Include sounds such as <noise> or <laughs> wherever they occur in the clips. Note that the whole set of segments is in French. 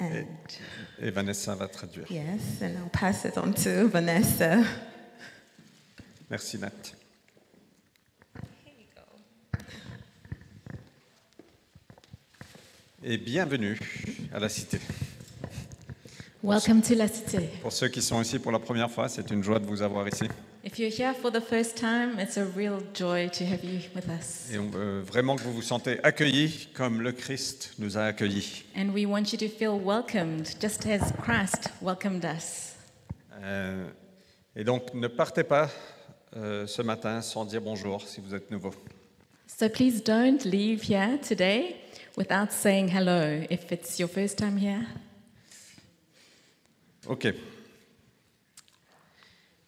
Et, And et Vanessa va traduire. yes, and I'll pass it on to Vanessa. Merci Nat. Et bienvenue à la Cité. Welcome to La Cité. Pour ceux qui sont ici pour la première fois, c'est une joie de vous avoir ici. If you're here for the first time, it's a real joy to have you with us. Et on veut vraiment que vous vous sentez accueillis comme le Christ nous a accueillis. And we want you to feel welcomed, just as Christ welcomed us. Euh, et donc, ne partez pas euh, ce matin sans dire bonjour si vous êtes nouveau. So please don't leave here today without saying hello if it's your first time here. Ok.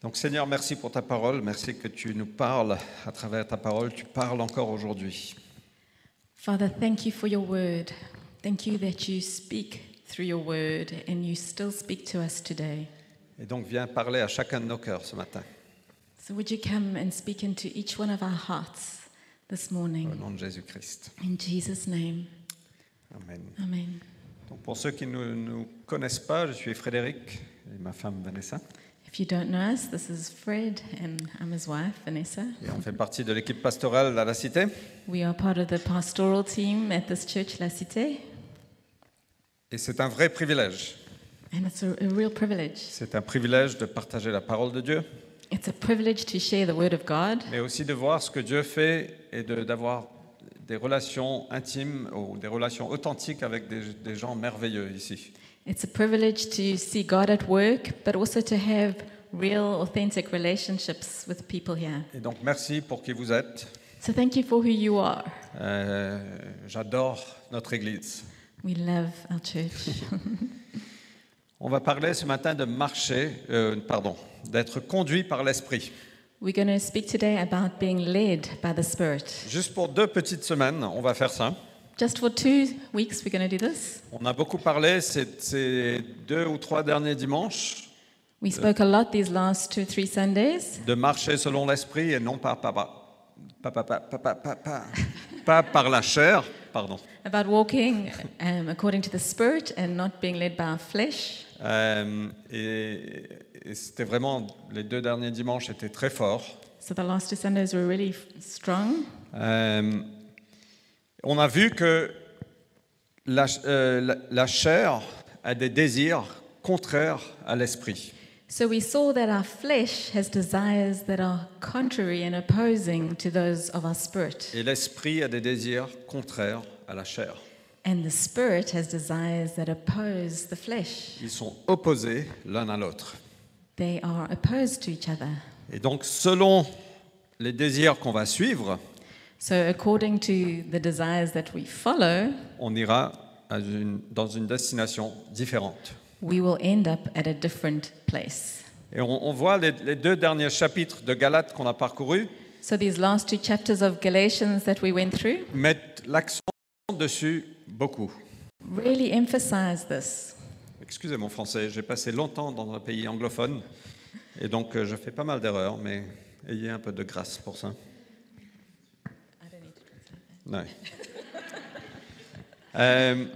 Donc Seigneur, merci pour ta parole, merci que tu nous parles à travers ta parole, tu parles encore aujourd'hui. Father, thank you for your word. Thank you that you speak through your word and you still speak to us today. Et donc viens parler à chacun de nos cœurs ce matin, So would you come and speak into each one of our hearts this au morning? nom de Jésus-Christ. In Jesus' name, Amen. amen. Donc pour ceux qui ne nous connaissent pas, je suis Frédéric et ma femme Vanessa, If you don't know us, this is Fred and I'm his wife, Vanessa. et on fait partie de l'équipe pastorale à la Cité. We are part of the pastoral team at this church, La Cité, Et c'est un vrai privilège. and it's a, a real privilege. C'est un privilège de partager la parole de Dieu, It's a privilege to share the word of God, mais aussi de voir ce que Dieu fait et de- d'avoir des relations intimes ou des relations authentiques avec des, des gens merveilleux ici. it's a privilege to see God at work, but also to have real, authentic relationships with people here. Et donc merci pour qui vous êtes. So thank you for who you are. Euh, J'adore notre Église. We love our church. On va parler ce matin de marcher, euh, pardon, d'être conduit par l'Esprit. We're going to speak today about being led by the Spirit. Juste pour deux petites semaines, on va faire ça. Just for two weeks, we're going to do this. On a beaucoup parlé ces, ces deux ou trois derniers dimanches We spoke a lot these last two, three Sundays de marcher selon l'Esprit et non par, par, par- pas- pas- pas- pas- pas- pas- pas- pas par la chair, pardon. about walking um, according to the Spirit and not being led by our flesh. Euh, et et c'était vraiment, les deux derniers dimanches étaient très forts. So the last two Sundays were really f- strong. Euh, on a vu que la, euh, la- la chair a des désirs contraires à l'esprit. So we saw that our flesh has desires that are contrary and opposing to those of our spirit, Et l'esprit a des désirs contraires à la chair. and the spirit has desires that oppose the flesh. Ils sont opposés l'un à l'autre. They are opposed to each other. Et donc, selon les désirs qu'on va suivre, So according to the desires that we follow, on ira à une- dans une destination différente. we will end up at a different place. Et on, on voit les, les deux derniers chapitres de Galates qu'on a parcourus So these last two chapters of Galatians that we went through mettent l'accent dessus beaucoup. really emphasize this. Excusez mon français, j'ai passé longtemps dans un pays anglophone et donc euh, je fais pas mal d'erreurs, mais ayez un peu de grâce pour ça. Ouais. <laughs> Euh,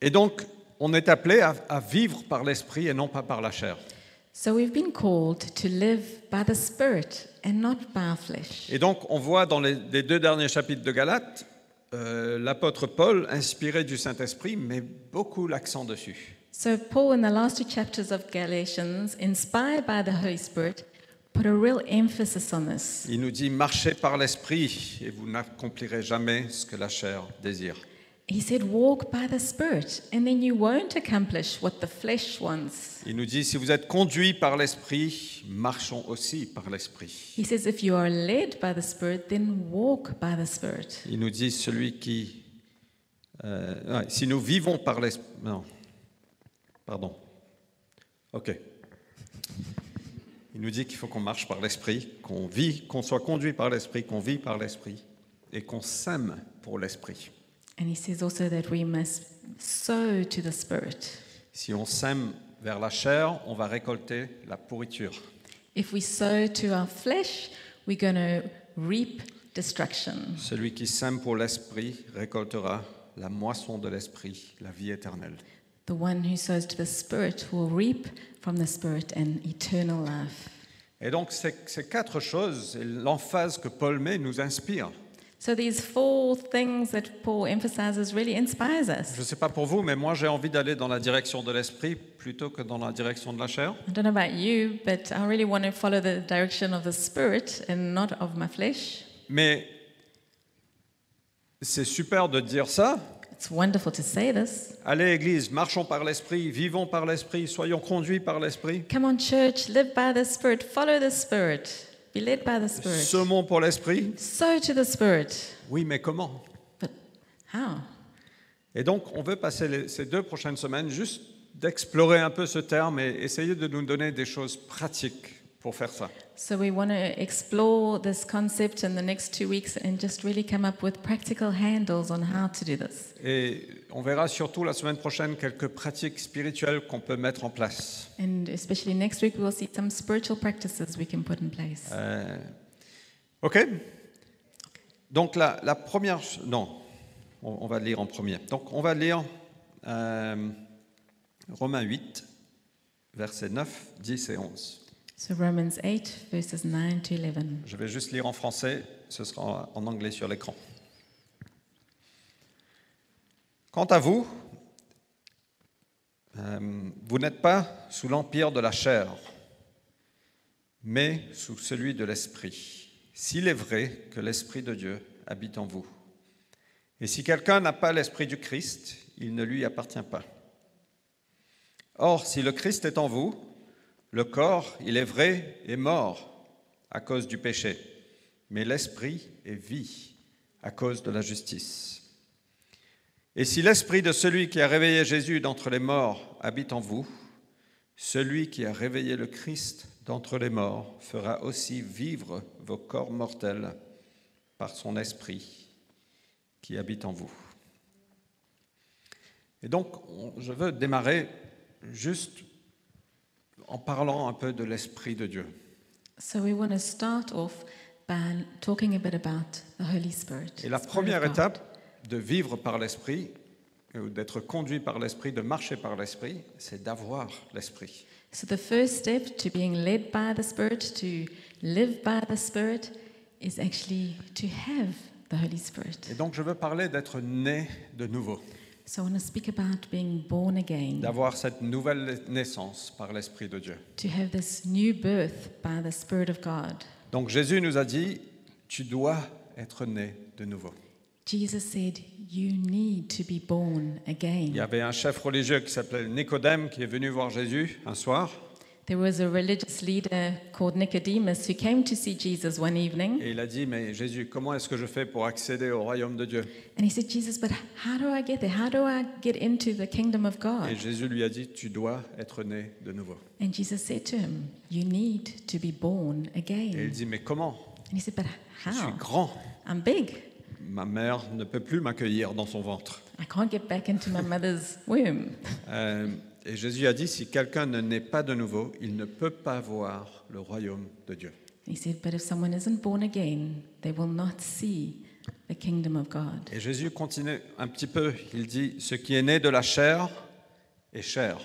et donc, on est appelé à, à vivre par l'esprit et non pas par la chair. So we've been called to live by the Spirit and not by our flesh. Et donc, on voit dans les, les deux derniers chapitres de Galates, euh, l'apôtre Paul, inspiré du Saint-Esprit, met beaucoup l'accent dessus. So Paul, in the last two chapters of Galatians, inspired by the Holy Spirit, put a real emphasis on this. Il nous dit, marchez par l'esprit et vous n'accomplirez jamais ce que la chair désire. He said, Walk by the Spirit, and then you won't accomplish what the flesh wants. Il nous dit, si vous êtes conduits par l'Esprit, marchons aussi par l'Esprit. He says, If you are led by the Spirit, then walk by the Spirit. Il nous dit, celui qui... euh, ouais, si nous vivons par l'Esprit... Non. Pardon. OK. Il nous dit qu'il faut qu'on marche par l'Esprit, qu'on vit, qu'on soit conduit par l'Esprit, qu'on vit par l'Esprit et qu'on sème pour l'Esprit. And he says also that we must sow to the Spirit. Si on sème vers la chair, on va récolter la pourriture. If we sow to our flesh, we're going to reap destruction. Celui qui sème pour l'Esprit récoltera la moisson de l'Esprit, la vie éternelle. The one who sows to the Spirit will reap from the Spirit an eternal life. Et donc ces, ces quatre choses, et l'emphase que Paul met nous inspire. So these four things that Paul emphasizes really inspires us. Je ne sais pas pour vous, mais moi j'ai envie d'aller dans la direction de l'esprit plutôt que dans la direction de la chair. I don't know about you, but I really want to follow the direction of the Spirit and not of my flesh. Mais c'est super de dire ça. It's wonderful to say this. Allez, Église, marchons par l'esprit, vivons par l'esprit, soyons conduits par l'esprit, Come on, church, live by the Spirit, follow the Spirit, be led by the Spirit. semons pour l'esprit. Sow to the Spirit. Oui, mais comment But how? Et donc, on veut passer les- ces deux prochaines semaines juste d'explorer un peu ce terme et essayer de nous donner des choses pratiques pour faire ça. So we want to explore this concept in the next two weeks and just really come up with practical handles on how to do this. Et on verra surtout la semaine prochaine quelques pratiques spirituelles qu'on peut mettre en place. And especially next week, we will see some spiritual practices we can put in place. Euh, ok Donc la, la première... ch- Non, on, on va lire en premier. Donc on va lire euh, Romains 8, versets 9, 10 et 11. So Romans 8, verses 9 to 11. Je vais juste lire en français, ce sera en anglais sur l'écran. Quant à vous, euh, vous n'êtes pas sous l'empire de la chair, mais sous celui de l'esprit, s'il est vrai que l'esprit de Dieu habite en vous. Et si quelqu'un n'a pas l'esprit du Christ, il ne lui appartient pas. Or, si le Christ est en vous, le corps, il est vrai, est mort à cause du péché, mais l'esprit est vie à cause de la justice. Et si l'esprit de celui qui a réveillé Jésus d'entre les morts habite en vous, celui qui a réveillé le Christ d'entre les morts fera aussi vivre vos corps mortels par son esprit qui habite en vous. Et donc, on- je veux démarrer juste en parlant un peu de l'Esprit de Dieu. So we want to start off by talking a bit about the Holy Spirit. Et la the Spirit of première God. étape de vivre par l'Esprit, euh, ou d'être conduit par l'Esprit, de marcher par l'Esprit, c'est d'avoir l'Esprit. So the first step to being led by the Spirit, to live by the Spirit, is actually to have the Holy Et Spirit. donc je veux parler d'être né de nouveau, So I want to speak about being born again, d'avoir cette nouvelle naissance par l'Esprit de Dieu. to have this new birth by the Spirit of God. Donc Jésus nous a dit, tu dois être né de nouveau. Jesus said, You need to be born Il y again. avait un chef religieux qui s'appelait Nicodème qui est venu voir Jésus un soir There was a religious leader called Nicodemus who came to see Jesus one evening, et il a dit, mais Jésus, comment est-ce que je fais pour accéder au royaume de Dieu and he said, Jesus, but how do I get there? How do I get into the kingdom of Et God? Jésus lui a dit, tu dois être né de nouveau. And Jesus said to him, You need to be born again. Et il dit, mais comment And he said, But Je suis how? grand. I'm big. Ma mère ne peut plus m'accueillir dans son ventre. I can't get back into my mother's womb. <laughs> Euh, et Jésus a dit, si quelqu'un ne naît pas de nouveau, il ne peut pas voir le royaume de Dieu. He said, But if someone isn't born again, they will not see the kingdom of God. Et Jésus continue un petit peu. Il dit, ce qui est né de la chair est chair.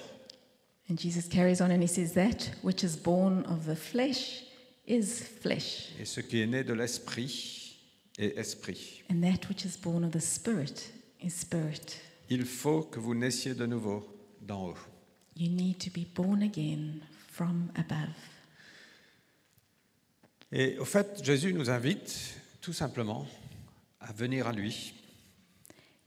And Jesus carries on and he says, That which is born of the flesh is flesh, Et ce qui est né de l'esprit est esprit. and that which is born of the spirit is spirit. Il faut que vous naissiez de nouveau d'en haut. You need to be born again from above. Et au fait, Jésus nous invite tout simplement à venir à lui,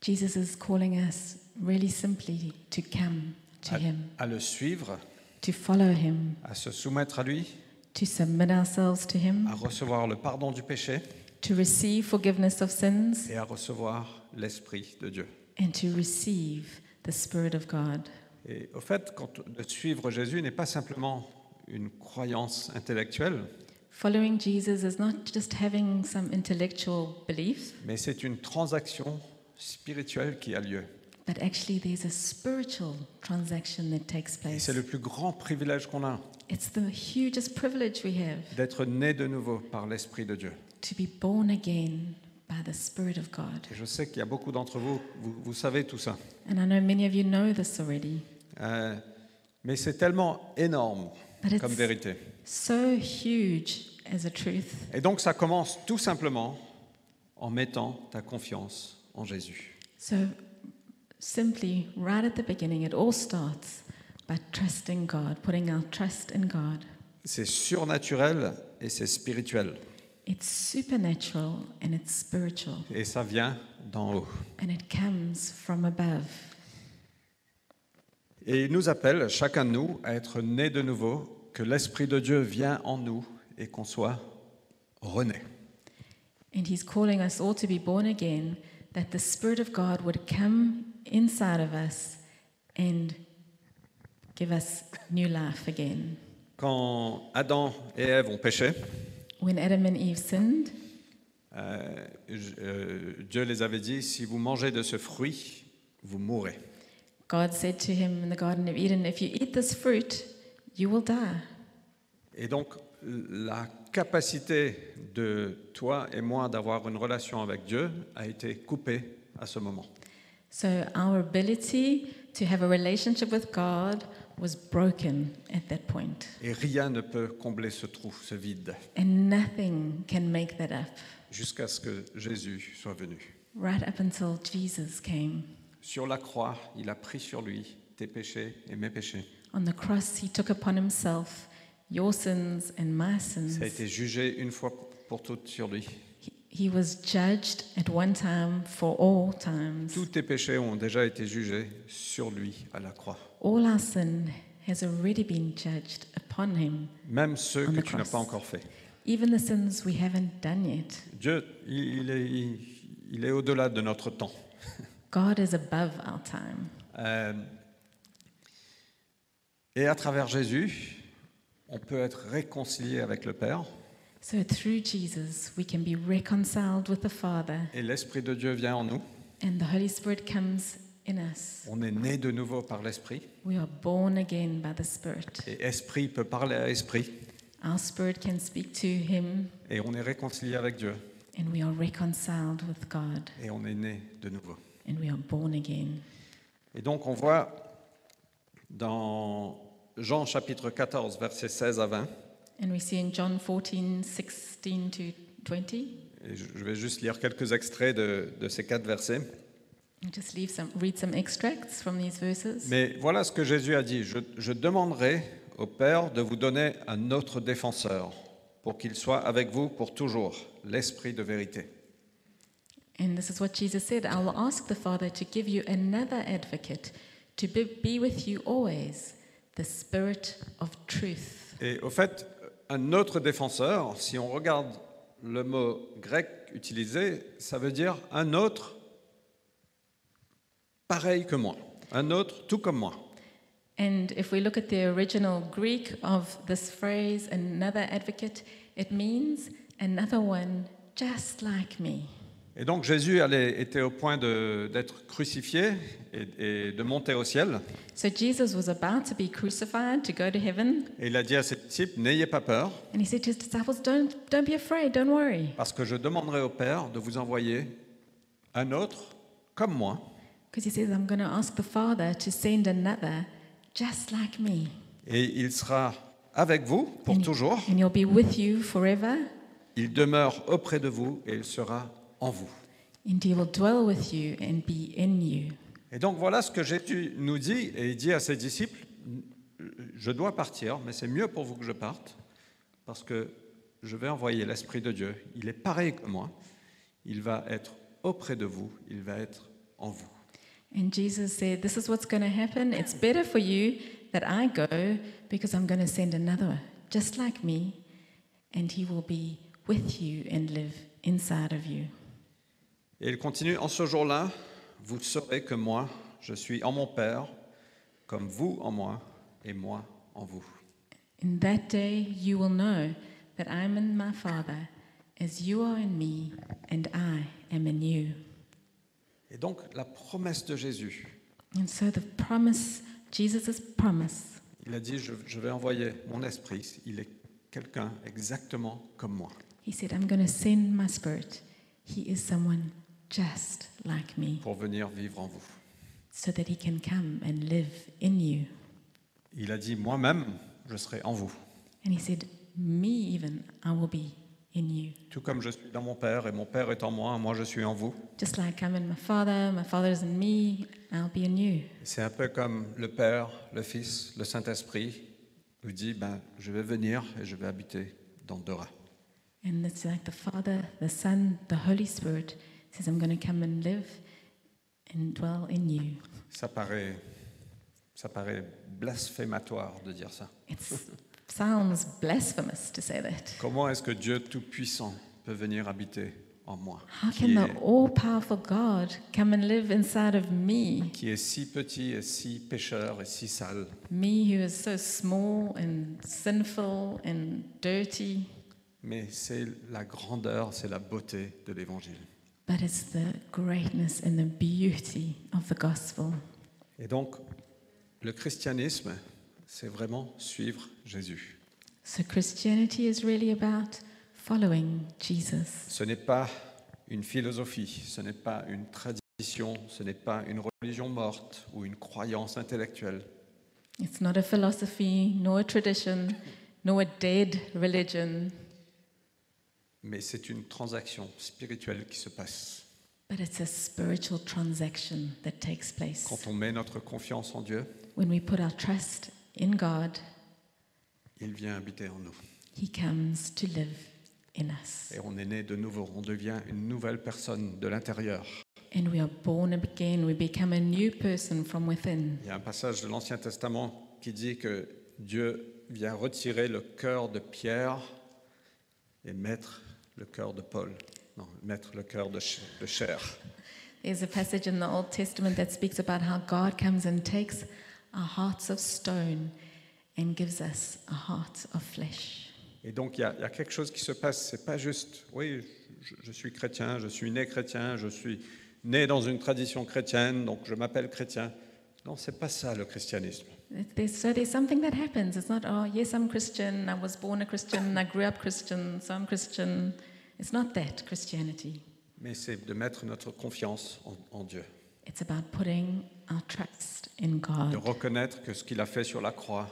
Jesus is calling us really simply to come to à- him, à le suivre, to follow him, à se soumettre à lui, to submit ourselves to him. à recevoir le pardon du péché. to receive forgiveness of sins et à recevoir l'Esprit de Dieu. and to receive the Spirit of God. Et au fait, quand, de suivre Jésus n'est pas simplement une croyance intellectuelle, Following Jesus is not just having some intellectual belief, mais c'est une transaction spirituelle qui a lieu. but actually there's a spiritual transaction that takes Et place. c'est le plus grand privilège qu'on a, It's the hugest privilege we have d'être né de nouveau par l'Esprit de Dieu. to be born again by by the Spirit of God. Et je sais qu'il y a beaucoup d'entre vous, vous, vous savez tout ça. And I know many of you know this already. Euh, mais c'est tellement énorme But it's- comme vérité. So huge as a truth. Et donc ça commence tout simplement en mettant ta confiance en Jésus. So simply, right at the beginning, it all starts by trusting God, putting our trust in God. C'est surnaturel et c'est spirituel. It's supernatural and it's spiritual, Et ça vient d'en haut. and it comes from above. Et il nous appelle, chacun de nous, à être nés de nouveau, que l'Esprit de Dieu vient en nous et qu'on soit rené. And He's calling us all to be born again, that the Spirit of God would come inside of us and give us new life again. Quand Adam et Ève ont péché, When Adam and Eve sinned, euh, je- euh, Dieu les avait dit, si vous mangez de ce fruit, vous mourrez. God said to him in the Garden of Eden, If you eat this fruit, you will die. Et donc, la capacité de toi et moi d'avoir une relation avec Dieu a été coupée à ce moment. So our ability to have a relationship with God was broken at that point, Et rien ne peut combler ce trou, ce vide, and nothing can make that up. jusqu'à ce que Jésus soit venu. Right up until Jesus came Sur la croix, il a pris sur lui tes péchés et mes péchés. on the cross, he took upon himself your sins and my Ça a sins. été jugé une fois pour toutes sur lui. He, he was judged at one time for all times. Tous tes péchés ont déjà été jugés sur lui à la croix. All our sin has already been judged upon him, Même ceux On que the tu n'as cross. pas encore faits. even the sins we haven't done yet. Dieu, il il est, il est au-delà de notre temps. God is above our time. Euh, et à travers Jésus, on peut être réconcilié avec le Père So through Jesus, we can be reconciled with the Father, et l'Esprit de Dieu vient en nous. and the Holy Spirit comes in us. On est né de nouveau par l'Esprit We are born again by the Spirit. et Esprit peut parler à Esprit Our spirit can speak to Him, et on est réconcilié avec Dieu and we are reconciled with God, et on est né de nouveau. and we are born again. Et donc on voit dans Jean chapitre 14 versets 16 à 20, And we see in John 14, 16 to 20, et je je vais juste lire quelques extraits de- de ces quatre versets. I'll just leave some, read some extracts from these verses. Mais voilà ce que Jésus a dit. Je, je demanderai au Père de vous donner un autre défenseur pour qu'il soit avec vous pour toujours, l'Esprit de vérité. And this is what Jesus said I will ask the Father to give you another advocate to be, be with you always, the Spirit of truth. Et au fait, un autre défenseur, si on regarde le mot grec utilisé, ça veut dire un autre pareil que moi, un autre tout comme moi. And if we look at the original Greek of this phrase, another advocate, it means another one just like me. Et donc Jésus allait- était au point de- d'être crucifié et- et de monter au ciel. So Jesus was about to be crucified, to go to heaven, Et il a dit à ses disciples, n'ayez pas peur. and he said to his disciples, Don't, don't be afraid, don't worry, Parce que je demanderai au Père de vous envoyer un autre comme moi. because he says, I'm going to ask the Father to send another just like me. Et il sera avec vous pour And- toujours. And he'll be with you forever, Il demeure auprès de vous et il sera en vous. and he will dwell with you and be in you. Et donc voilà ce que Jésus nous dit. Et il dit à ses disciples, je dois partir, mais c'est mieux pour vous que je parte. Parce que je vais envoyer l'Esprit de Dieu. Il est pareil que moi. Il va être auprès de vous. Il va être en vous. And Jesus said, This is what's going to happen. It's better for you that I go because I'm going to send another just like me, and he will be with you and live inside of you. Et il continue, en ce jour-là, vous saurez que moi, je suis en mon Père, comme vous en moi, et moi en vous. In that day, you will know that I am in my Father, as you are in me, and I am in you. Et donc, la promesse de Jésus, And so the promise, Jesus' promise, il a dit, je, je vais envoyer mon esprit, il est quelqu'un exactement comme moi. he said, I'm going to send my spirit. He is someone just like me, pour venir vivre en vous. so that he can come and live in you. Il a dit, moi-même, je serai en vous, And he said, Me even, I will be in you. tout comme je suis dans mon Père, et mon Père est en moi, moi je suis en vous. Just like I'm in my Father, my Father is in me, I'll be in you. C'est un peu comme le Père, le Fils, le Saint-Esprit nous dit, ben, je vais venir et je vais habiter dans Dora. And it's like the Father, the Son, the Holy Spirit says, I'm going to come and live and dwell in you. Ça paraît, ça paraît blasphématoire de dire ça. It sounds blasphemous to say that. Comment est-ce que Dieu Tout-Puissant peut venir habiter en moi How qui can est, the all powerful God come and live inside of me, qui est si petit et si pécheur et si sale me who is so small and sinful and dirty? Mais c'est la grandeur, c'est la beauté de l'Évangile. But it's the greatness and the beauty of the gospel. Et donc, le christianisme, c'est vraiment suivre Jésus. So Christianity is really about following Jesus. Ce n'est pas une philosophie, ce n'est pas une tradition, ce n'est pas une religion morte ou une croyance intellectuelle. It's not a philosophy, nor a tradition, nor a dead religion, Mais c'est une transaction spirituelle qui se passe. but it's a spiritual transaction that takes place. Quand on met notre confiance en Dieu, When we put our trust in God, il vient habiter en nous. He comes to live in us. Et on est né de nouveau, on devient une nouvelle personne de l'intérieur. And we are born again, we become a new person from within. Il y a un passage de l'Ancien Testament qui dit que Dieu vient retirer le cœur de Pierre et mettre le cœur de Paul. Non, mettre le cœur de, Ch- de Cher. There's a passage in the Old Testament that speaks about how God comes and takes our hearts of stone and gives us a heart of flesh. Et donc il y, a, il y a quelque chose qui se passe. C'est pas juste, oui, je, je suis chrétien, je suis né chrétien, je suis né dans une tradition chrétienne, donc je m'appelle chrétien. Non, c'est pas ça le christianisme. It- There's, so there's something that happens. It's not, oh, yes, I'm Christian, I was born a Christian, I grew up Christian, so I'm Christian. It's not that, Christianity. Mais c'est de mettre notre confiance en, en Dieu, It's about putting our trust in God, de reconnaître que ce qu'il a fait sur la croix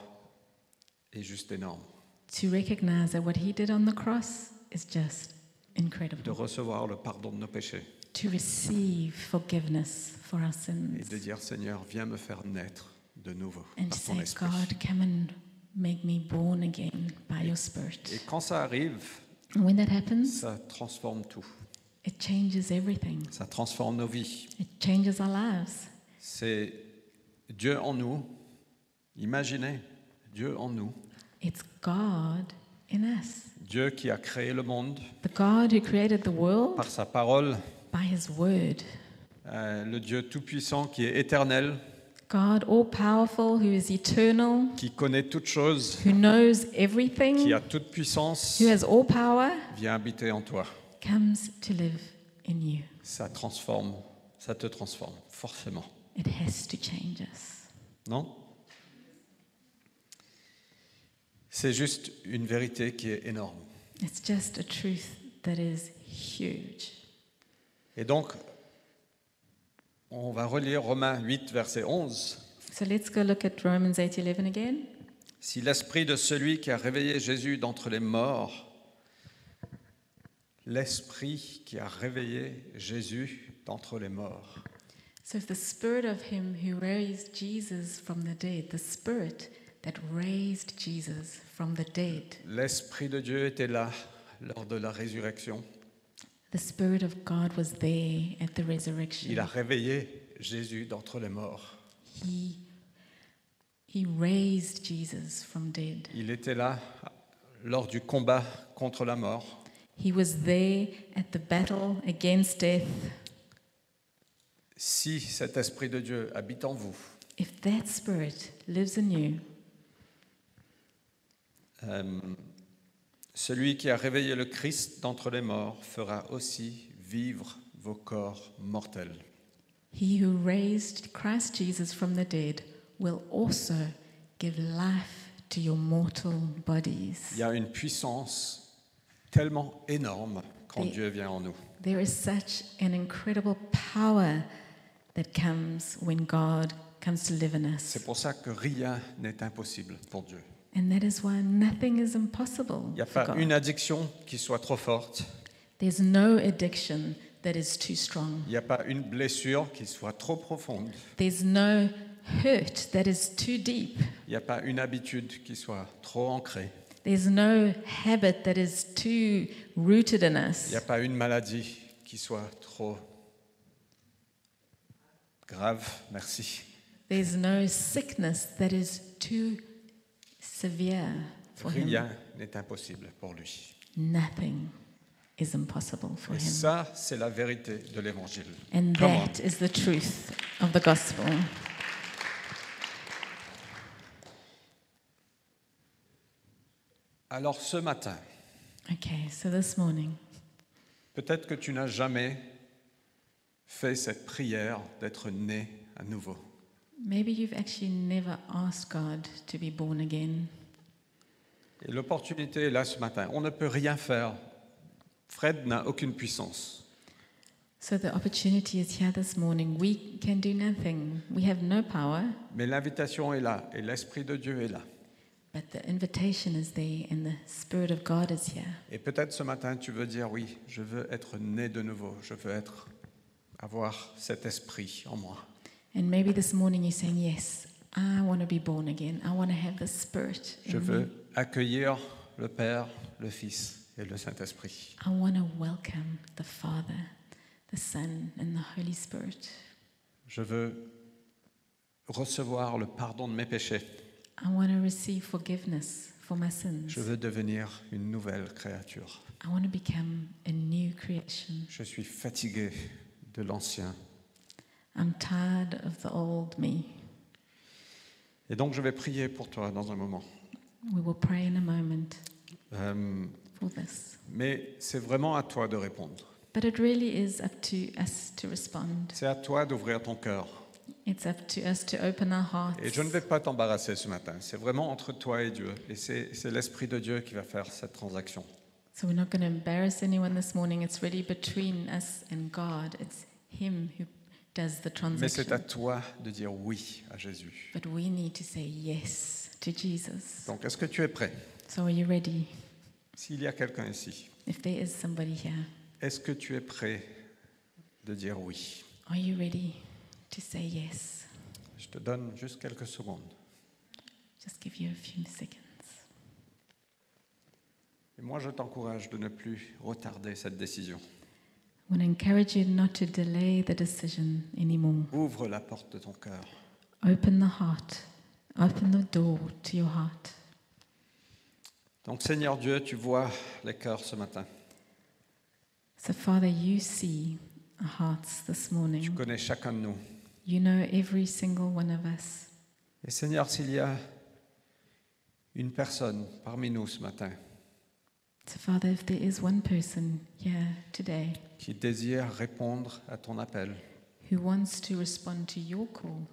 est juste énorme. to recognize that what He did on the cross is just de incredible, recevoir le pardon de nos péchés to receive forgiveness for our et sins, de dire Seigneur, viens me faire naître de nouveau and to par ton say, esprit. God, come and make me born again by your Et Spirit. quand ça arrive, And when that happens, ça transforme tout. it changes everything, Ça transforme nos vies. it changes our lives. C'est Dieu en nous. Imaginez Dieu en nous. It's God in us. Dieu qui a créé le monde The God who created the world par sa parole. by his word. euh, le Dieu tout-puissant qui est éternel, God all powerful, who is eternal, qui connaît toutes choses, who knows qui everything, a toute puissance, who has all power, viens habiter en toi. comes to live in you. Ça transforme, ça te transforme, forcément. It has to change us. Non C'est juste une vérité qui est énorme. It's just a truth that is huge. Et donc, on va relire Romains 8, verset 11. So let's go look at Romans 8:11 again. Si l'esprit de celui qui a réveillé Jésus d'entre les morts, l'esprit qui a réveillé Jésus d'entre les morts, So if the spirit of him who raised Jesus from the dead, the spirit that raised Jesus from the dead, l'esprit de Dieu était là lors de la résurrection. The Spirit of God was there at the Il resurrection. a réveillé Jésus d'entre les morts. He, he raised Jesus from dead. Il était là lors du combat contre la mort. He was there at the battle against death. Si cet esprit de Dieu habite en vous, If that Spirit lives in you, euh, celui qui a réveillé le Christ d'entre les morts fera aussi vivre vos corps mortels he who raised Christ Jesus from the dead will also give life to your mortal Il bodies. y a une puissance tellement énorme quand Et- Dieu vient en nous. There is such an incredible power that comes when God comes to live in us. C'est pour ça que rien n'est impossible pour Dieu. And that is why nothing is impossible. Il n'y a for pas God. une addiction qui soit trop forte. There's no addiction that is too strong. Il n'y a pas une blessure qui soit trop profonde. There's no hurt that is too deep. Il n'y a pas une habitude qui soit trop ancrée. There's no habit that is too rooted in Il us. n'y a pas une maladie qui soit trop grave. Merci. There's no sickness that is too severe for him. Rien n'est impossible pour lui. Nothing is impossible for Et him. ça, c'est la vérité de l'Évangile. And Come on. that is the truth of the gospel. Alors ce matin, Okay, so this morning, peut-être que tu n'as jamais fait cette prière d'être né à nouveau. maybe you've actually never asked God to be born again. Et l'opportunité est là ce matin. On ne peut rien faire. Fred n'a aucune puissance. So the opportunity is here this morning. We can do nothing, we have no power, Mais l'invitation est là et l'Esprit de Dieu est là. but the invitation is there and the Spirit of God is here. Et peut-être ce matin, tu veux dire oui, je veux être né de nouveau, je veux être, avoir cet esprit en moi. And maybe this morning you're saying, Yes, I want to be born again. I want to have the Spirit. in Je me. veux accueillir le Père, le Fils et le Saint-Esprit. I want to welcome the Father, the Son, and the Holy Spirit. Je veux recevoir le pardon de mes péchés. I want to receive forgiveness for my sins. Je veux devenir une nouvelle créature. I want to become a new creation. Je suis fatigué de l'ancien. I'm tired of the old me. Et donc je vais prier pour toi dans un moment. We will pray in a moment Euh, for this. mais c'est vraiment à toi de répondre. But it really is up to us to respond. C'est à toi d'ouvrir ton cœur. It's up to us to open our hearts. Et je ne vais pas t'embarrasser ce matin. C'est vraiment entre toi et Dieu. Et c'est c'est l'Esprit de Dieu qui va faire cette transaction. So we're not going to embarrass anyone this morning. It's really between us and God. It's Him who does the Mais c'est à transaction. toi de dire oui à Jésus. But we need to say yes to Jesus. Donc, est-ce que tu es prêt So are you ready? S'il y a quelqu'un ici, If there is somebody here, est-ce que tu es prêt de dire oui are you ready to say yes? Je te donne juste quelques secondes. Just give you a few seconds. Et moi, je t'encourage de ne plus retarder cette décision. I want to encourage you not to delay the decision anymore. Ouvre la porte de ton cœur. Open the heart. Open the door to your heart. Donc, Seigneur Dieu, tu vois les cœurs ce matin. So, Father, you see our hearts this Tu morning. connais chacun de nous. You know every single one of us. Et Seigneur, s'il y a une personne parmi nous ce matin So, Father, if there is one person here today qui désire répondre à ton appel, who wants to respond to your call,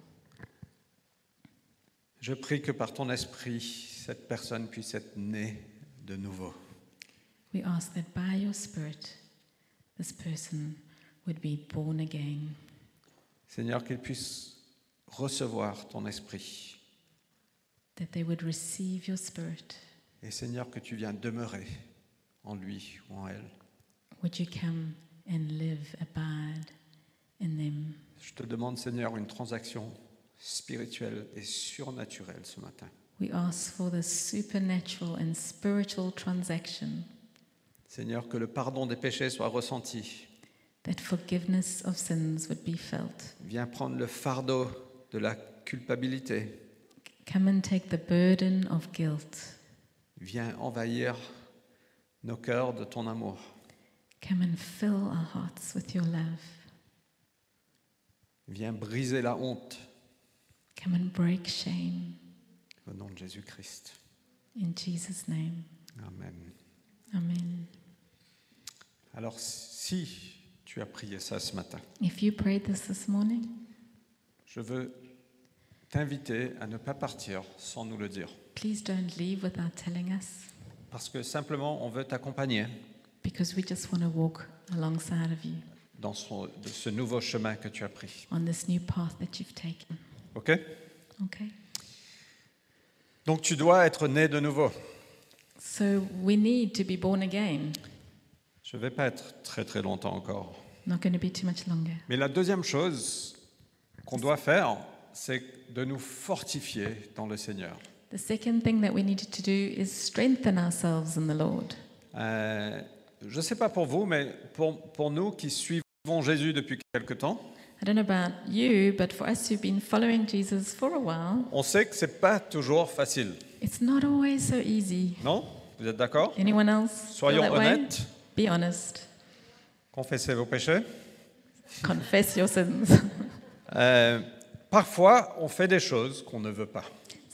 je prie que par ton esprit, cette personne puisse être née de nouveau. we ask that by your Spirit, this person would be born again. Seigneur, qu'elle puisse recevoir ton esprit. That they would receive your Spirit. Et Seigneur, que tu viens demeurer en lui ou en elle. Would you come and live, abide in them? Je te demande, Seigneur, une transaction spirituelle et surnaturelle ce matin. We ask for the supernatural and spiritual transaction, Seigneur, que le pardon des péchés soit ressenti. that forgiveness of sins would be felt. Viens prendre le fardeau de la culpabilité. Come and take the burden of guilt. Viens envahir nos cœurs de ton amour. Come and fill our hearts with your love. Viens briser la honte Come and break shame au nom de Jésus-Christ. in Jesus' name. Amen. Amen. Alors si tu as prié ça ce matin, If you prayed this this morning, je veux t'inviter à ne pas partir sans nous le dire. please don't leave without telling us Parce que simplement, on veut t'accompagner. because we just want to walk alongside of you dans son- de ce nouveau chemin que tu as pris. on this new path that you've taken. OK Okay? Donc tu dois être né de nouveau. So we need to be born again. Je ne vais pas être très très longtemps encore. Not going to be too much longer. Mais la deuxième chose qu'on doit faire, c'est de nous fortifier dans le Seigneur. The second thing that we needed to do is strengthen ourselves in the Lord. Euh, je ne sais pas pour vous, mais pour, pour nous qui suivons Jésus depuis quelque temps, I don't know about you, but for us who've been following Jesus for a while, on sait que ce n'est pas toujours facile. it's not always so easy. Non Vous êtes d'accord Anyone else? feel Soyons that way? honnêtes, Be honest. <laughs> confessez vos péchés. Confess your sins. <laughs> Euh, parfois, on fait des choses qu'on ne veut pas.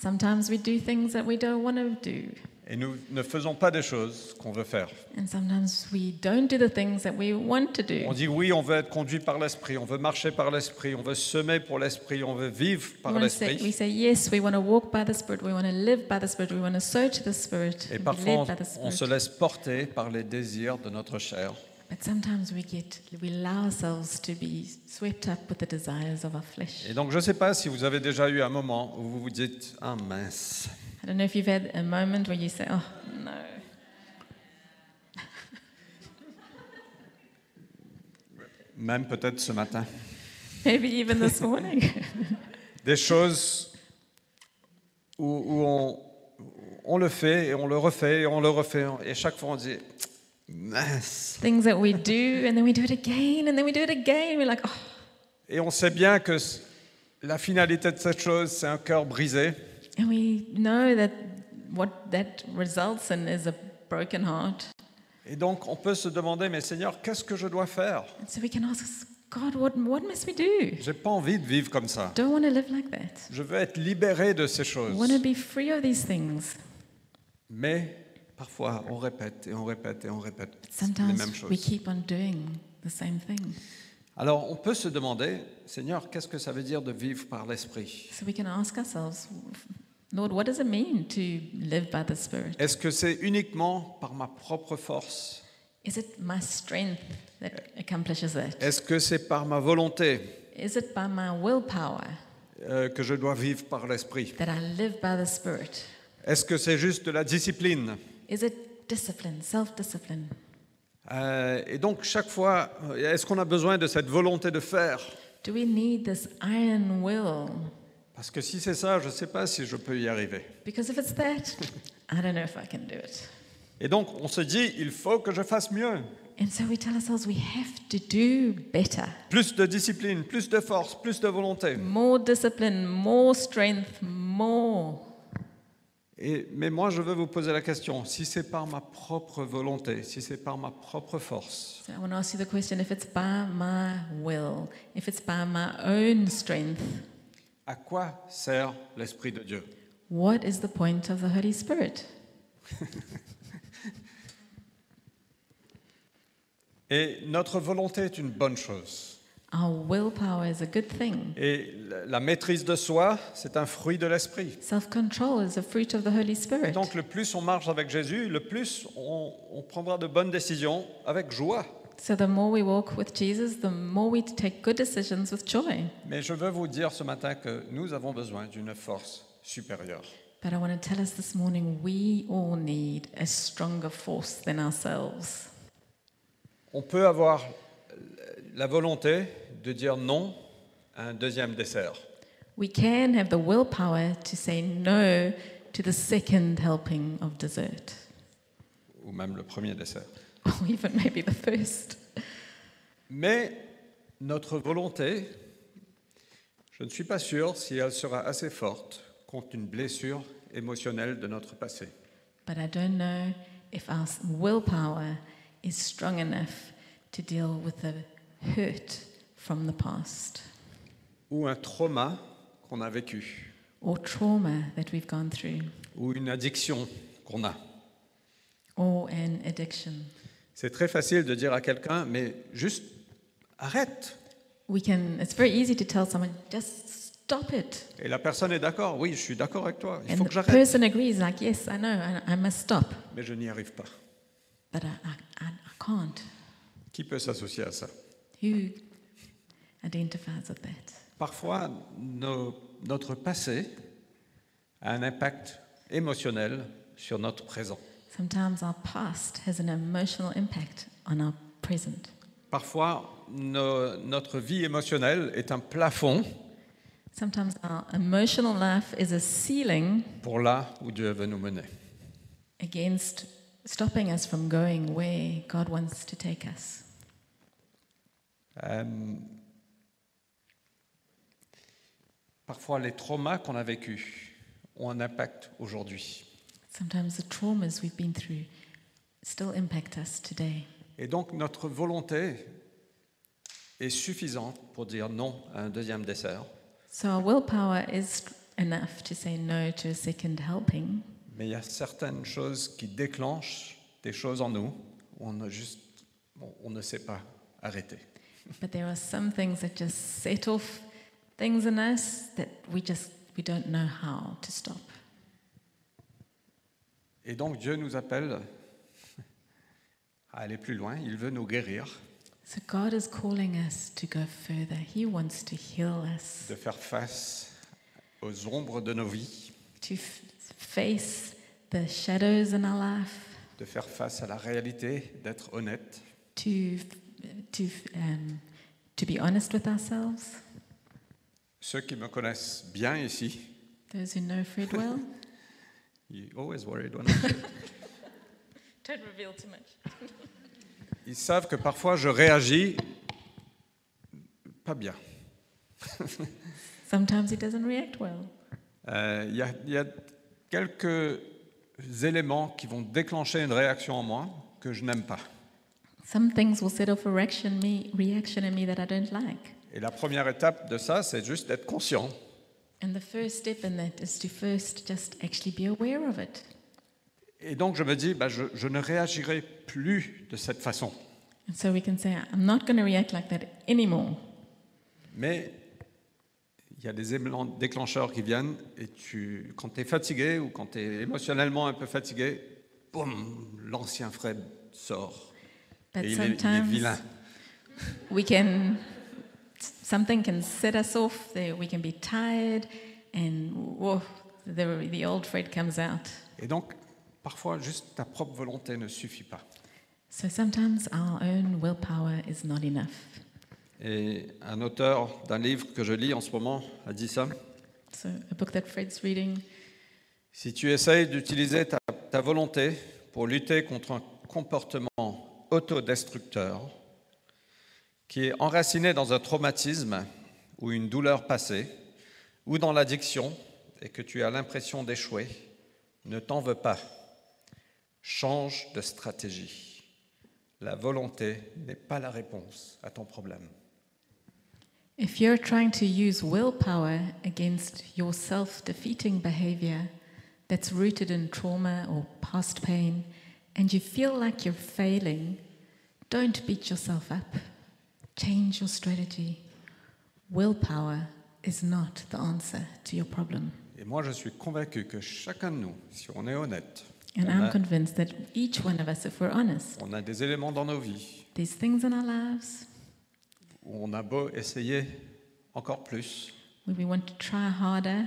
Sometimes we do things that we don't want to do. Et nous ne faisons pas des choses qu'on veut faire. And sometimes we don't do the things that we want to On do. dit oui, on veut être conduit par l'esprit, on veut marcher par l'esprit, on veut semer pour l'esprit, on veut vivre We par wanna say- we l'esprit. say, yes, we want to walk by the Spirit, we want to live by the Spirit, we want to sow to the Spirit, Et and be parfois, led by the on, on se Spirit. laisse porter par les désirs de notre chair. But sometimes we get, we allow ourselves to be swept up with the desires of our flesh. Et donc, je ne sais pas si vous avez déjà eu un moment où vous vous dites Ah mince, I don't know if you've had a moment where you say, oh, no. <laughs> même peut-être ce matin. Maybe even this morning. <laughs> Des choses où, où on, on le fait et on le refait et on le refait. Et chaque fois, on dit Mince. things that we do, and then we do it again, and then we do it again. We're like, oh. Et on sait bien que c- la finalité de cette chose, c'est un cœur brisé. And we know that what that results in is a broken heart. Et donc, on peut se demander, mais Seigneur, qu'est-ce que je dois faire And so we can ask, us, God, what, what must we do? J'ai pas envie de vivre comme ça. Don't want to live like that. Je veux être libéré de ces choses. want to be free of these things. Mais parfois, on répète et on répète et on répète But les mêmes sometimes we choses. keep on doing the same thing. Alors, on peut se demander, Seigneur, qu'est-ce que ça veut dire de vivre par l'esprit So we can ask ourselves, Lord, what does it mean to live by the Spirit? Est-ce que c'est uniquement par ma propre force Is it my strength that accomplishes that? Est-ce que c'est par ma volonté Is it by my willpower euh, que je dois vivre par l'esprit that I live by the Spirit? Est-ce que c'est juste de la discipline Is it discipline, self discipline? Euh, Et donc, chaque fois, euh, est-ce qu'on a besoin de cette volonté de faire Do we need this iron will? Parce que si c'est ça, je ne sais pas si je peux y arriver. Because if it's that, I don't know if I can do it. Et donc, on se dit, il faut que je fasse mieux. And so we tell ourselves we have to do better. Plus de discipline, plus de force, plus de volonté. More discipline, more strength, more. Et, mais moi, je veux vous poser la question, si c'est par ma propre volonté, si c'est par ma propre force, So I want to ask you the question if it's by my will, if it's by my own strength, à quoi sert l'Esprit de Dieu what is the point of the Holy Spirit? Et notre volonté est une bonne chose. Our willpower is a good thing. Et la la maîtrise de soi, c'est un fruit de l'Esprit. Self control is a fruit of the Holy Spirit. Donc le plus on marche avec Jésus, le plus on, on prendra de bonnes décisions avec joie. So the more we walk with Jesus, the more we take good decisions with joy. Mais je veux vous dire ce matin que nous avons besoin d'une force supérieure. But I want to tell us this morning we all need a stronger force than ourselves. On peut avoir la volonté de dire non à un deuxième dessert. We can have the willpower to say no to the second helping of dessert, <laughs> ou même le premier dessert. or even maybe the first. Mais notre volonté, je ne suis pas sûr si elle sera assez forte contre une blessure émotionnelle de notre passé. But I don't know if our willpower is strong enough to deal with the hurt from the past Ou un trauma qu'on a vécu, or trauma that we've gone through ou une addiction qu'on a. or an addiction. C'est très facile de dire à quelqu'un, mais juste arrête. We can, it's very easy to tell someone, just stop it. Et la personne est d'accord, oui, je suis d'accord avec toi, il And faut que the j'arrête. person agrees, like, yes, I know, I, I must stop, Mais je n'y arrive pas. But I, I, I, I can't. Qui peut s'associer à ça Who identifies with that? Parfois, nos- notre passé a un impact émotionnel sur notre présent. Sometimes our past has an emotional impact on our present. Parfois, no- notre vie émotionnelle est un plafond Sometimes our emotional life is a ceiling pour là où Dieu veut nous mener. against stopping us from going where God wants to take us. Euh, parfois, les traumas qu'on a vécus ont un impact aujourd'hui. Sometimes the traumas we've been through still impact us today. Et donc, notre volonté est suffisante pour dire non à un deuxième dessert, So our willpower is enough to say no to a second helping, mais il y a certaines choses qui déclenchent des choses en nous où on, ne juste, bon, on ne sait pas arrêter. but there are some things that just set off things in us that we just we don't know how to stop. Et donc, Dieu nous appelle à aller plus loin. Il veut nous guérir, So God is calling us to go further. He wants to heal us. de faire face aux ombres de nos vies. to f- face the shadows in our life, de faire face à la réalité, d'être honnête, to to um, to be honest with ourselves. ceux qui me connaissent bien ici. Those who know Fred well, you always worried when I- don't reveal too much. Ils savent que parfois je réagis pas bien. Sometimes he doesn't react well. Euh, Il y, a- il y a quelques éléments qui vont déclencher une réaction en moi que je n'aime pas. Some things will set off a reaction me reaction in me that I don't like. Et la première étape de ça, c'est juste d'être conscient. And the first step in that is to first just actually be aware of it. Et donc je me dis, bah, je, je ne réagirai plus de cette façon. And so we can say, I'm not going to react like that anymore. Mais il y a des éléments déclencheurs qui viennent et tu, quand tu es fatigué ou quand tu es émotionnellement un peu fatigué, boum, l'ancien Fred sort. But et il est, il est sometimes vilain. we can something can set us off there we can be tired and whoa, the, the old fred comes out Et donc, parfois, juste ta propre volonté ne suffit pas. so sometimes our own willpower is not enough Et un auteur d'un livre que je lis en ce moment a dit ça. so a book that fred's reading Si tu essayes d'utiliser ta, ta volonté pour lutter contre un comportement autodestructeur qui est enraciné dans un traumatisme ou une douleur passée ou dans l'addiction et que tu as l'impression d'échouer, ne t'en veux pas. Change de stratégie. La volonté n'est pas la réponse à ton problème. if you're trying to use willpower against your self-defeating behavior that's rooted in trauma or past pain and you feel like you're failing don't beat yourself up change your strategy willpower is not the answer to your problem Et moi, je suis convaincu que chacun de nous, si on est honnête, and on i'm a- convinced that each one of us if we're honest on a des éléments dans nos vies there's things in our lives où on a beau essayer encore plus, where we want to try harder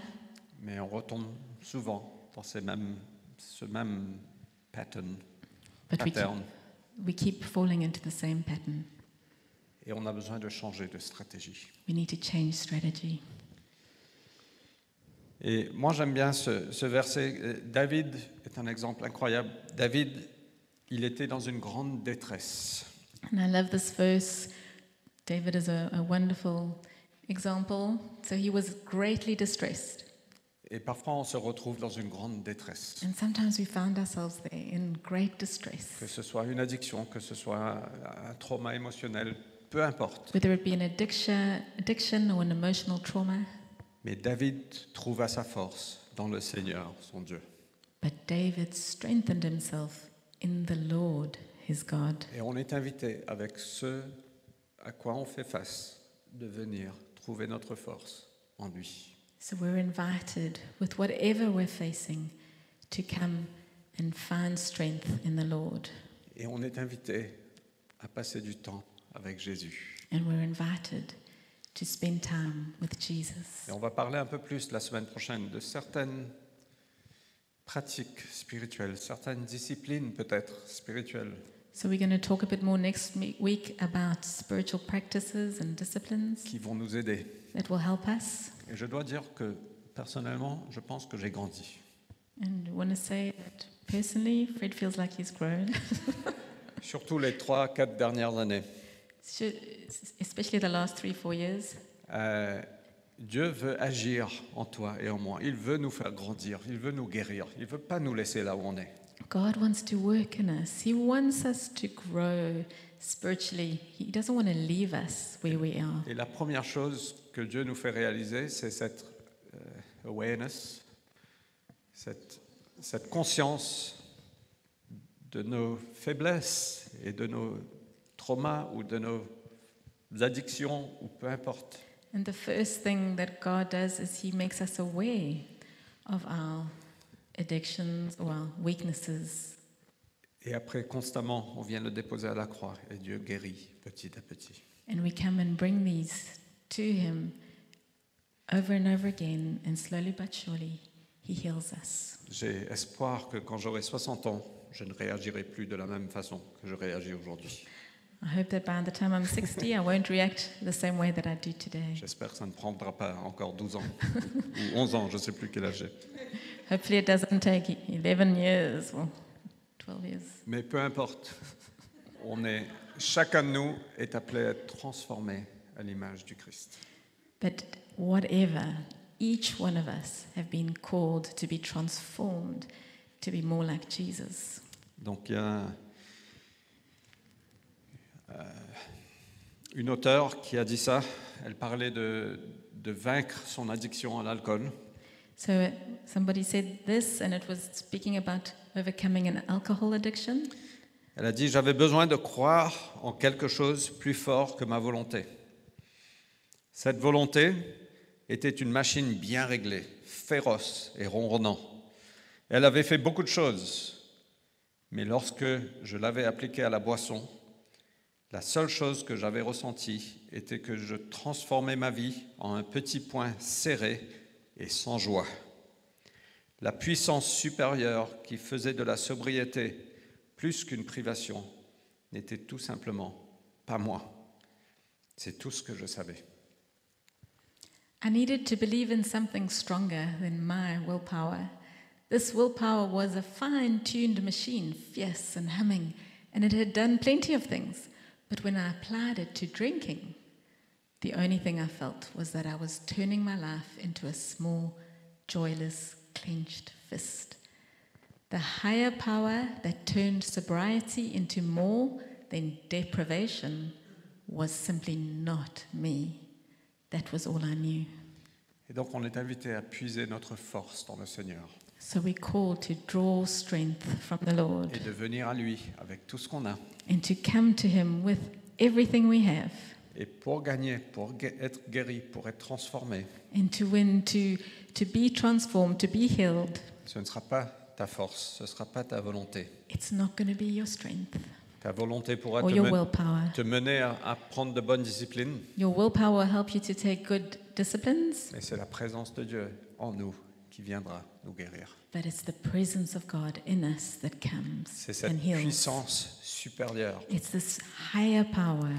mais on retombe souvent dans ces mêmes, ce même pattern, but we keep, pattern. we keep falling into the same pattern Et on a besoin de changer de stratégie. we need to change strategy Et moi, j'aime bien ce, ce verset. Euh, David est un exemple incroyable. David, il était dans une grande détresse. And I love this verse. David is a, a wonderful example. So he was greatly distressed. Et parfois, on se retrouve dans une grande détresse. And sometimes we found ourselves there in great Que distress, ce soit une addiction, que ce soit un trauma émotionnel, peu importe. whether it be an addiction, addiction or an emotional trauma. Mais David trouva sa force dans le Seigneur, son Dieu. But David strengthened himself in the Lord his God. Et on est invité avec ce à quoi on fait face de venir trouver notre force en lui. So we're invited with whatever we're facing to come and find strength in the Lord. Et on est invité à passer du temps avec Jésus. and we're invited to spend time with Jesus. Et on va parler un peu plus la semaine prochaine de certaines pratiques spirituelles, certaines disciplines peut-être spirituelles. So, we're going to talk a bit more next me- week about spiritual practices and disciplines qui vont nous aider. that will help us. Et je dois dire que personnellement, je pense que j'ai grandi. And I want to say that personally, Fred feels like he's grown, <laughs> Surtout les trois, quatre dernières années. Should- especially the last three, four years. Euh, Dieu veut agir en toi et en moi. Il veut nous faire grandir. Il veut nous guérir. Il veut pas nous laisser là où on est. God wants to work in us, He wants us to grow spiritually. He doesn't want to leave us where we are. Et la première chose que Dieu nous fait réaliser, c'est cette euh, awareness, cette, cette conscience de nos faiblesses et de nos traumas ou de nos addictions ou peu importe. And the first thing that God does is He makes us aware of our addictions or our weaknesses. Et après, constamment, on vient le déposer à la croix et Dieu guérit petit à petit. And we come and bring these to Him over and over again, and slowly but surely, He heals us. J'ai espoir que quand j'aurai 60 ans, je ne réagirai plus de la même façon que je réagis aujourd'hui. I hope that by the time I'm 60, I won't react the same way that I do today. J'espère que ça ne prendra pas encore 12 ans ou 11 ans, je ne sais plus quel âge j'ai. Hopefully, it doesn't take 11 years or 12 years. Mais peu importe, on est, chacun de nous est appelé à être transformé à l'image du Christ. But whatever, each one of us have been called to be transformed to be more like Jesus. Donc il y a euh, une auteure qui a dit ça, elle parlait de, de vaincre son addiction à l'alcool. So uh, somebody said this, and it was speaking about overcoming an alcohol addiction. Elle a dit, j'avais besoin de croire en quelque chose plus fort que ma volonté. Cette volonté était une machine bien réglée, féroce et ronronnant. Elle avait fait beaucoup de choses, mais lorsque je l'avais appliquée à la boisson, la seule chose que j'avais ressentie était que je transformais ma vie en un petit point serré et sans joie. La puissance supérieure qui faisait de la sobriété plus qu'une privation n'était tout simplement pas moi. C'est tout ce que je savais. I needed to believe in something stronger than my willpower. This willpower was a fine tuned machine, fierce and humming, and it had done plenty of things. But when I applied it to drinking, the only thing I felt was that I was turning my life into a small, joyless, clenched fist. The higher power that turned sobriety into more than deprivation was simply not me. That was all I knew. Et donc on est invité à puiser notre force dans le Seigneur So we're called to draw strength from the et Lord de venir à lui avec tout ce qu'on a. and to come to Him with everything we have Et pour gagner, pour gue- être guéri, pour être transformé, and to win, to, to be transformed, to be healed. ce ne sera pas ta force, ce ne sera pas ta volonté. It's not going to be your strength Ta volonté pourra te, or your men- willpower. te mener à, à prendre de bonnes disciplines, Your willpower will help you to take good disciplines, mais c'est la présence de Dieu en nous qui viendra nous guérir. but it's the presence of God in us that comes C'est and cette heals. puissance supérieure It's this higher power,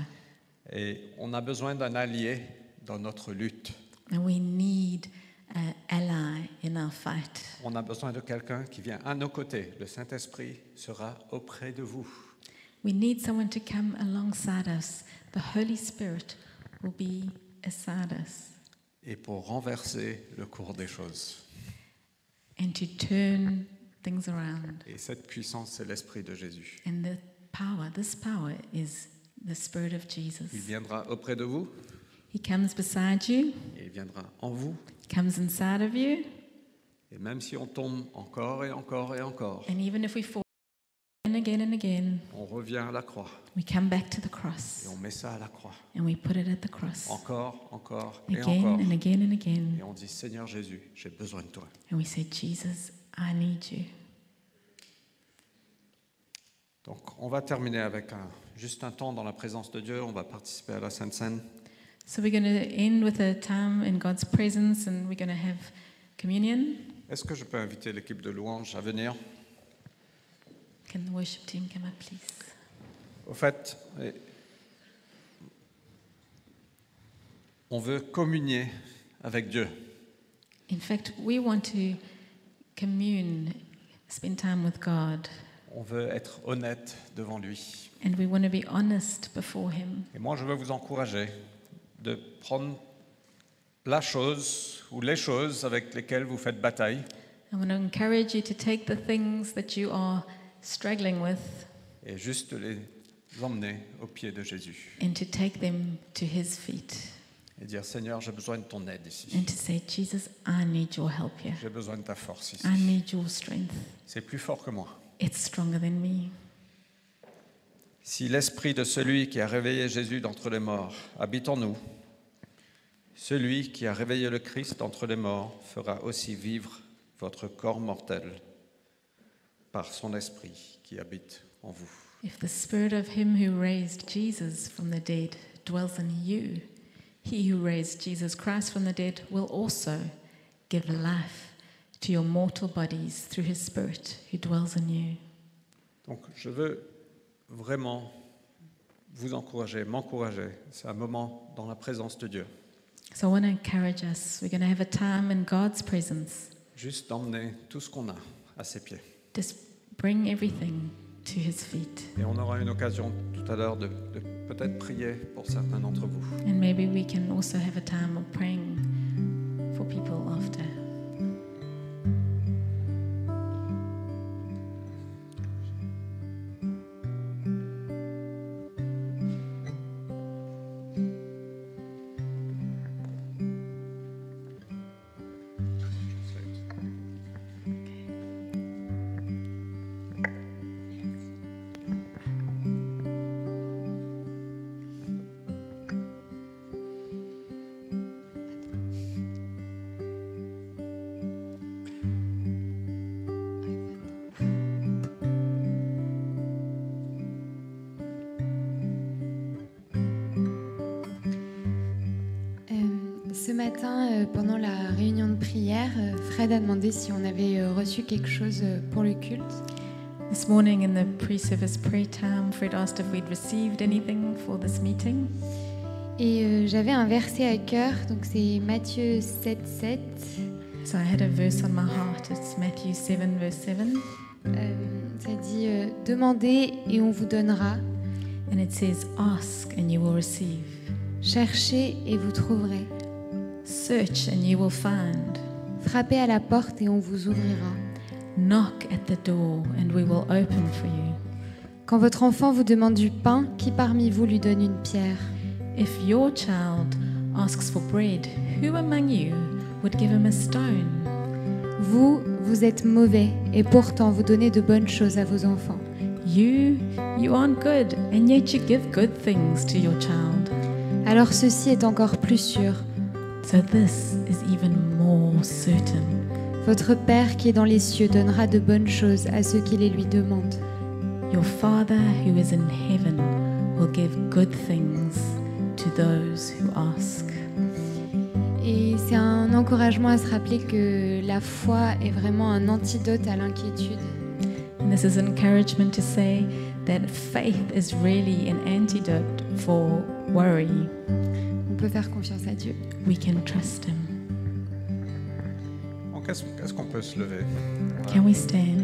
Et on a besoin d'un allié dans notre lutte. and we need an ally in our fight. On a besoin de quelqu'un qui vient à nos côtés. Le Saint-Esprit sera auprès de vous. We need someone to come alongside us. The Holy Spirit will be aside us Et pour renverser le cours des choses. and to turn things around. Et cette puissance, c'est l'Esprit de Jésus. And the power, this power is the Spirit of Jesus. Il viendra auprès de vous, He comes beside you, et il viendra en vous. comes inside of you, Et même si on tombe encore et encore et encore, and even if we fall and again and again, on revient à la croix. we come back to the Et cross on met ça à la croix. and we put it at the cross Encore, encore et again encore. and again and Et again. on dit, Seigneur Jésus, j'ai besoin de toi. And we say, Jesus, I need you. Donc, on va terminer avec un- juste un temps dans la présence de Dieu. On va participer à la Sainte Seine. So we're going to end with a time in God's presence and we're going to have communion. Est-ce que je peux inviter l'équipe de louange à venir Can the worship team come up, please? Au fait, eh, on veut communier avec Dieu. In fact, we want to commune, spend time with God, On veut être honnête devant lui. and we want to be honest before Him. Et moi, je veux vous encourager de prendre la chose ou les choses avec lesquelles vous faites bataille I want to encourage you to take the things that you are struggling with et juste les emmener au pied de Jésus and to take them to His feet et dire Seigneur, j'ai besoin de ton aide ici. and to say, Jesus, I need your help here. J'ai besoin de ta force I ici. need your strength. C'est plus fort que moi. It's stronger than me. Si l'esprit de celui qui a réveillé Jésus d'entre les morts habite en nous, celui qui a réveillé le Christ d'entre les morts fera aussi vivre votre corps mortel par son esprit qui habite en vous. If the spirit of him who raised Jesus from the dead dwells in you, he who raised Jesus Christ from the dead will also give life to your mortal bodies through his spirit who dwells in you. Donc je veux vraiment vous encourager, m'encourager. C'est un moment dans la présence de Dieu. So I want to encourage us. We're going to have a time in God's presence. Juste d'emmener tout ce qu'on a à ses pieds. Just bring everything to his feet. Et on aura une occasion tout à l'heure de, de peut-être prier pour certains d'entre vous. And maybe we can also have a time of praying for people after. Euh, Ce matin, euh, pendant la réunion de prière, euh, Fred a demandé si on avait euh, reçu quelque chose euh, pour le culte. This morning in the pre service prayer time, Fred asked if we'd received anything for this meeting. Et euh, j'avais un verset à cœur, donc c'est Matthieu 7, 7. So I had a verse on my heart. It's Matthew 7, verse 7. Euh, ça dit euh, Demandez et on vous donnera, And it says, Ask and you will receive, cherchez et vous trouverez, search and you will find, frappez à la porte et on vous ouvrira. knock at the door and we will open for you. Quand votre enfant vous demande du pain, qui parmi vous lui donne une pierre If your child asks for bread, who among you would give him a stone? Vous, vous êtes mauvais et pourtant vous donnez de bonnes choses à vos enfants. You, you aren't good, and yet you give good things to your child. Alors ceci est encore plus sûr. So this is even more certain. Votre Père qui est dans les cieux donnera de bonnes choses à ceux qui les lui demandent. Your Father who is in heaven will give good things to those who ask. Et c'est un encouragement à se rappeler que la foi est vraiment un antidote à l'inquiétude. And this is encouragement to say that faith is really an antidote for worry. On peut faire confiance à Dieu. We can trust Him. Donc est-ce est-ce qu'on peut se lever Can we stand?